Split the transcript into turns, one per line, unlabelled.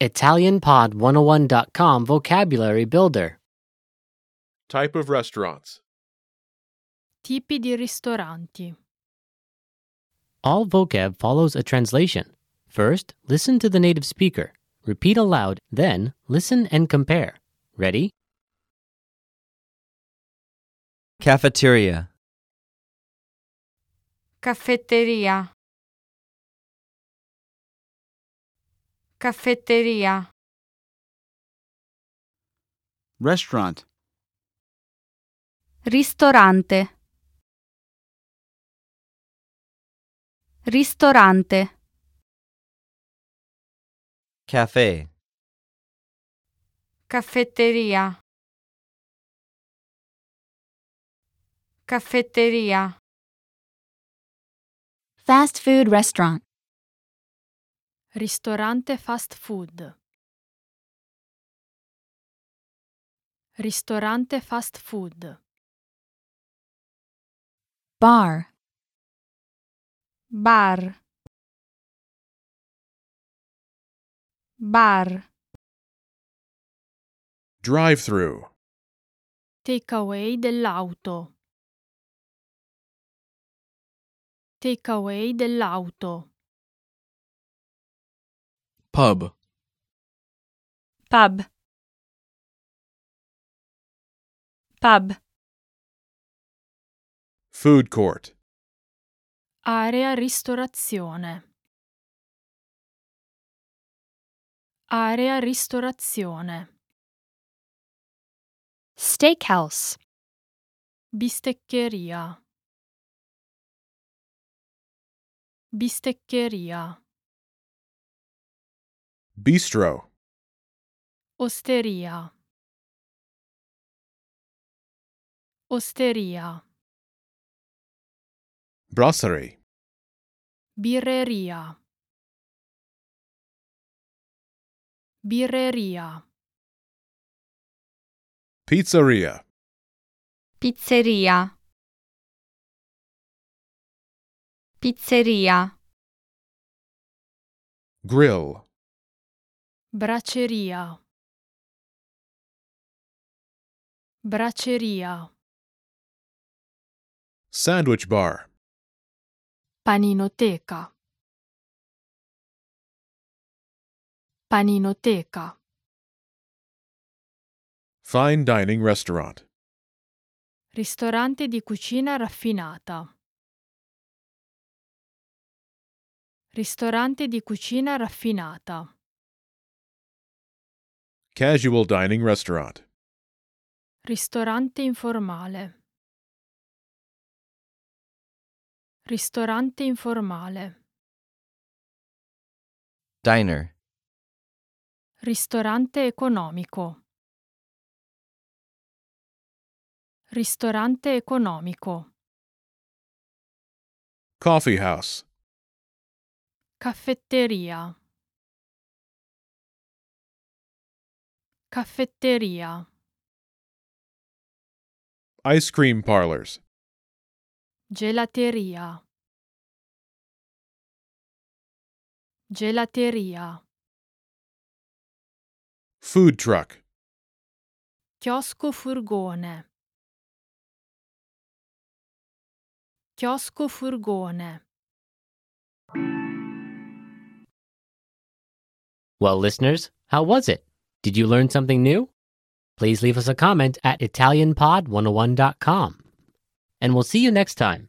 ItalianPod101.com Vocabulary Builder.
Type of restaurants.
Tipi di ristoranti.
All vocab follows a translation. First, listen to the native speaker. Repeat aloud, then, listen and compare. Ready?
Cafeteria.
Caffetteria. Caffetteria.
Restaurant.
Ristorante. Ristorante.
Cafe.
Caffetteria. Caffetteria. Fast food restaurant.
Ristorante fast food. Ristorante fast food.
Bar. Bar. Bar.
Drive through.
Takeaway dell'auto. Takeaway dell'auto.
pub,
Pub. Pub.
Food court.
Area ristorazione. Area ristorazione.
Steakhouse.
Bisteccheria. Bisteccheria.
Bistro.
Osteria. Osteria.
Brasserie.
Birreria. Birreria.
Pizzeria.
Pizzeria. Pizzeria.
Grill.
Braceria. Braceria.
Sandwich bar.
Paninoteca. Paninoteca.
Fine dining restaurant.
Ristorante di cucina raffinata. Ristorante di cucina raffinata.
Casual dining restaurant.
Ristorante informale. Ristorante informale.
Diner.
Ristorante economico. Ristorante economico.
Coffee house.
Caffetteria. Caffetteria.
Ice cream parlors.
Gelateria. Gelateria.
Food truck.
Chiosco furgone. Chiosco furgone.
Well, listeners, how was it? Did you learn something new? oh Please leave us a comment at ItalianPod101.com. And we'll see you next time.